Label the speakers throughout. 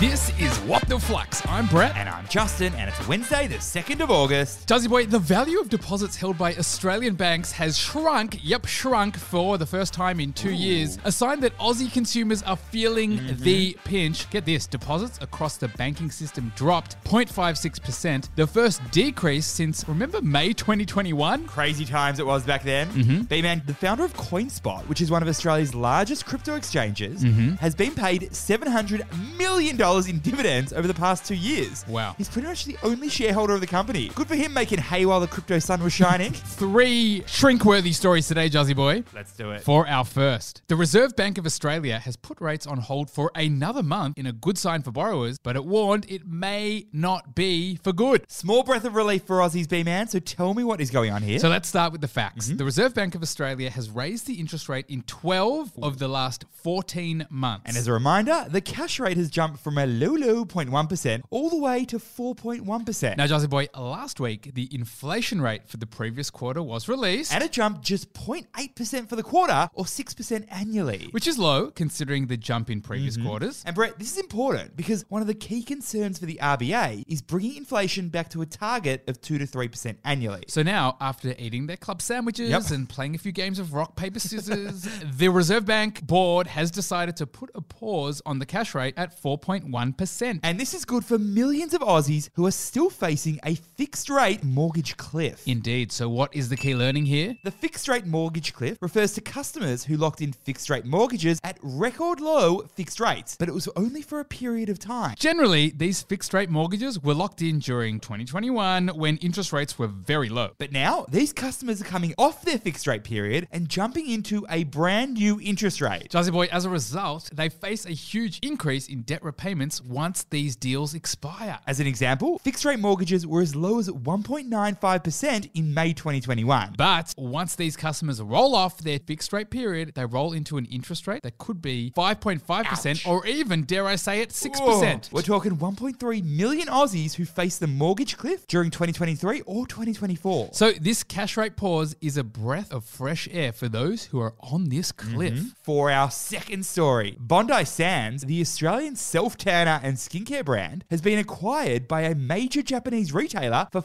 Speaker 1: This is What the Flux. I'm Brett.
Speaker 2: And I'm Justin, and it's Wednesday, the 2nd of August.
Speaker 1: Dazzy Boy, the value of deposits held by Australian banks has shrunk, yep, shrunk for the first time in two years. A sign that Aussie consumers are feeling the pinch. Get this deposits across the banking system dropped 0.56%, the first decrease since, remember, May 2021?
Speaker 2: Crazy times it was back then. B Man, the founder of CoinSpot, which is one of Australia's largest crypto exchanges, has been paid $700 million in dividends over the past two years.
Speaker 1: Wow.
Speaker 2: He's pretty much the only shareholder of the company. Good for him making hay while the crypto sun was shining.
Speaker 1: Three shrink worthy stories today, Jazzy Boy.
Speaker 2: Let's do it.
Speaker 1: For our first, the Reserve Bank of Australia has put rates on hold for another month in a good sign for borrowers, but it warned it may not be for good.
Speaker 2: Small breath of relief for Aussies, B Man, so tell me what is going on here.
Speaker 1: So let's start with the facts.
Speaker 2: Mm-hmm.
Speaker 1: The Reserve Bank of Australia has raised the interest rate in 12 of the last 14 months.
Speaker 2: And as a reminder, the cash rate has jumped from a low, low 0.1% all the way to 4.1%.
Speaker 1: now, Jazzy Boy, last week the inflation rate for the previous quarter was released.
Speaker 2: and it jumped just 0.8% for the quarter or 6% annually.
Speaker 1: which is low considering the jump in previous
Speaker 2: Mm-hmm.
Speaker 1: quarters.
Speaker 2: and Brett, this is important because one of the key concerns for the RBA is bringing inflation back to a target of 2 to 3% annually.
Speaker 1: So now, after eating their club sandwiches
Speaker 2: Yep.
Speaker 1: and playing a few games of rock, paper, scissors, the Reserve Bank board has decided to put a pause on the cash rate at 4.1%.
Speaker 2: And this is good for millions of Aussies who are still facing a fixed rate mortgage cliff.
Speaker 1: Indeed. So, what is the key learning here?
Speaker 2: the fixed rate mortgage cliff refers to customers who locked in fixed rate mortgages at record low fixed rates, but it was only for a period of time.
Speaker 1: Generally, these fixed rate mortgages were locked in during 2021 when interest rates were very low.
Speaker 2: But now these customers are coming off their fixed rate period and jumping into a brand new interest rate.
Speaker 1: Jazzy Boy, as a result, they face a huge increase in debt repayments once these deals expire.
Speaker 2: As an example, fixed rate mortgages were as low as 1.95% in May 2021.
Speaker 1: But once these customers roll off their fixed rate period, they roll into an interest rate that could be 5.5%
Speaker 2: Ouch.
Speaker 1: or even, dare I say it, 6%.
Speaker 2: Whoa. We're talking 1.3 million Aussies who faced the mortgage cliff during 2023 or 2024.
Speaker 1: So, this cash rate pause is a breath of fresh air for those who are on this
Speaker 2: Mm-hmm.
Speaker 1: cliff.
Speaker 2: for our second story, Bondi Sands, the Australian self tanner and skincare brand, has been acquired by a major Japanese retailer for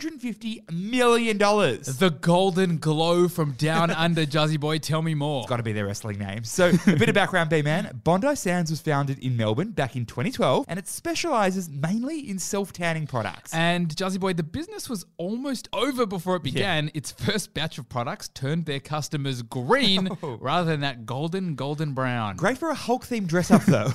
Speaker 2: $450 million.
Speaker 1: The golden glow from down under, Jazzy Boy, tell me more.
Speaker 2: Got to be their wrestling name. So, a bit of background, B man. Bondi Sands was founded in Melbourne back in 2012, and it specializes mainly in self tanning products.
Speaker 1: And Jazzy Boy, the business was almost over before it began. Its first batch of products turned their customers green rather than that golden, golden brown.
Speaker 2: Oh. Great for a Hulk themed dress up, though.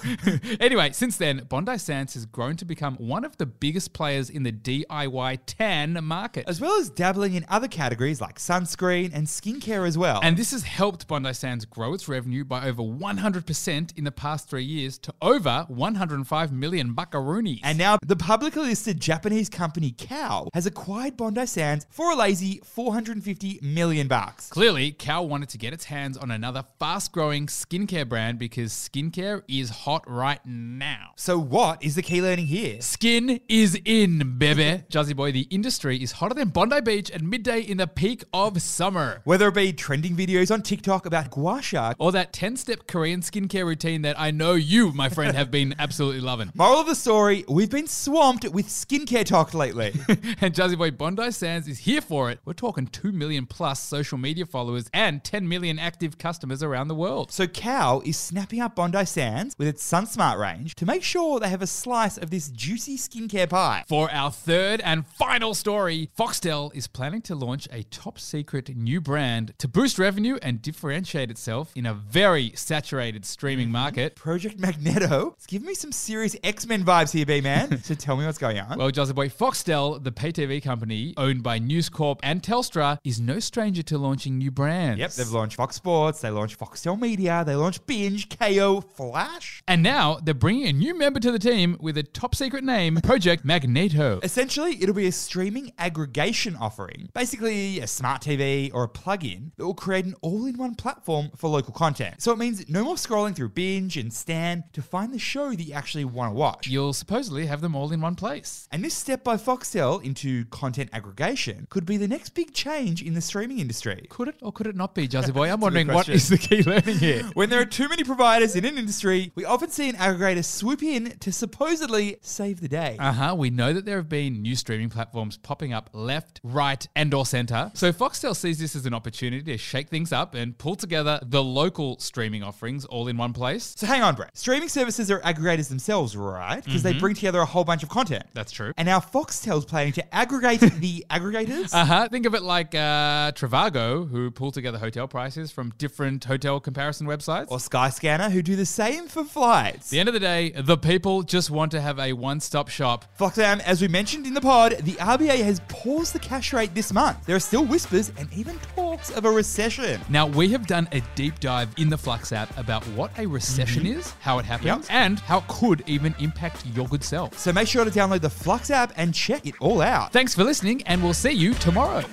Speaker 1: anyway, since then, Bondi Sands has grown to become one of the biggest players in the DIY tan market.
Speaker 2: as well as dabbling in other categories like sunscreen and skincare as well.
Speaker 1: And this has helped Bondi Sands grow its revenue by over 100% in the past three years to over 105 million buckaroonies.
Speaker 2: And now the publicly listed Japanese company Cow has acquired Bondi Sands for a lazy 450 million bucks.
Speaker 1: Clearly, Cal wanted to get its hands on another fast growing skincare brand because skincare is hot right now.
Speaker 2: So what is the key learning here?
Speaker 1: Skin is in, baby. Jazzy Boy, the industry is hotter than Bondi Beach at midday in the peak of summer.
Speaker 2: Whether it be trending videos on TikTok about gua sha,
Speaker 1: Or that 10 step Korean skincare routine that I know you, my friend, have been absolutely loving.
Speaker 2: moral of the story, we've been swamped with skincare talk lately.
Speaker 1: And Jazzy Boy Bondi Sands is here for it. We're talking 2 million plus social media followers and 10 million active customers around the world.
Speaker 2: so Cow is snapping up Bondi Sands with its SunSmart range to make sure they have a slice of this juicy skincare pie.
Speaker 1: For our third and final story, Foxtel is planning to launch a top secret new brand to boost revenue and differentiate itself in a very saturated
Speaker 2: Mm-hmm.
Speaker 1: streaming market.
Speaker 2: Project Magneto, it's giving me some serious X-Men vibes here, B-Man. so tell me what's going on.
Speaker 1: Well, Joseph Boy, Foxtel, the pay TV company owned by News Corp and Telstra, is no stranger to launching new brands.
Speaker 2: Yep, they've launched Fox Sports, they launched Foxtel Media, they launched Binge, KO, Flash.
Speaker 1: and now they're bringing a new member to the team with a top secret name, Project Magneto.
Speaker 2: Essentially, it'll be a streaming aggregation offering, basically a smart TV or a plug-in that will create an all-in-one platform for local content. So it means no more scrolling through Binge and Stan to find the show that you actually want to watch.
Speaker 1: You'll supposedly have them all in one place.
Speaker 2: And this step by Foxtel into content aggregation could be the next big change in the streaming industry.
Speaker 1: Could it or could it not be, Jazzy Boy? I'm
Speaker 2: That's a good
Speaker 1: wondering what
Speaker 2: question.
Speaker 1: is the key learning here.
Speaker 2: When there are too many providers in an industry, we often see an aggregator swoop in to supposedly save the day.
Speaker 1: Uh huh. We know that there have been new streaming platforms popping up left, right, and or center. So Foxtel sees this as an opportunity to shake things up and pull together the local streaming offerings all in one place.
Speaker 2: so hang on, Brett. Streaming services are aggregators themselves, right? Because they bring together a whole bunch of content.
Speaker 1: That's true.
Speaker 2: And now Foxtel's planning to aggregate the aggregators.
Speaker 1: Uh huh. Think of it like uh, Travago, who pull together hotel prices from different hotel comparison websites.
Speaker 2: or Skyscanner, who do the same for flights.
Speaker 1: At the end of the day, the people just want to have a one stop shop.
Speaker 2: Foxam, as we mentioned in the pod, the RBA has paused the cash rate this month. There are still whispers and even talks of a recession.
Speaker 1: Now, we have done a deep dive in the Flux app about what a recession is, how it happens,
Speaker 2: Yep.
Speaker 1: and how it could even impact your good self.
Speaker 2: So make sure to download the Flux app and check it all out.
Speaker 1: Thanks for listening, and we'll see you tomorrow.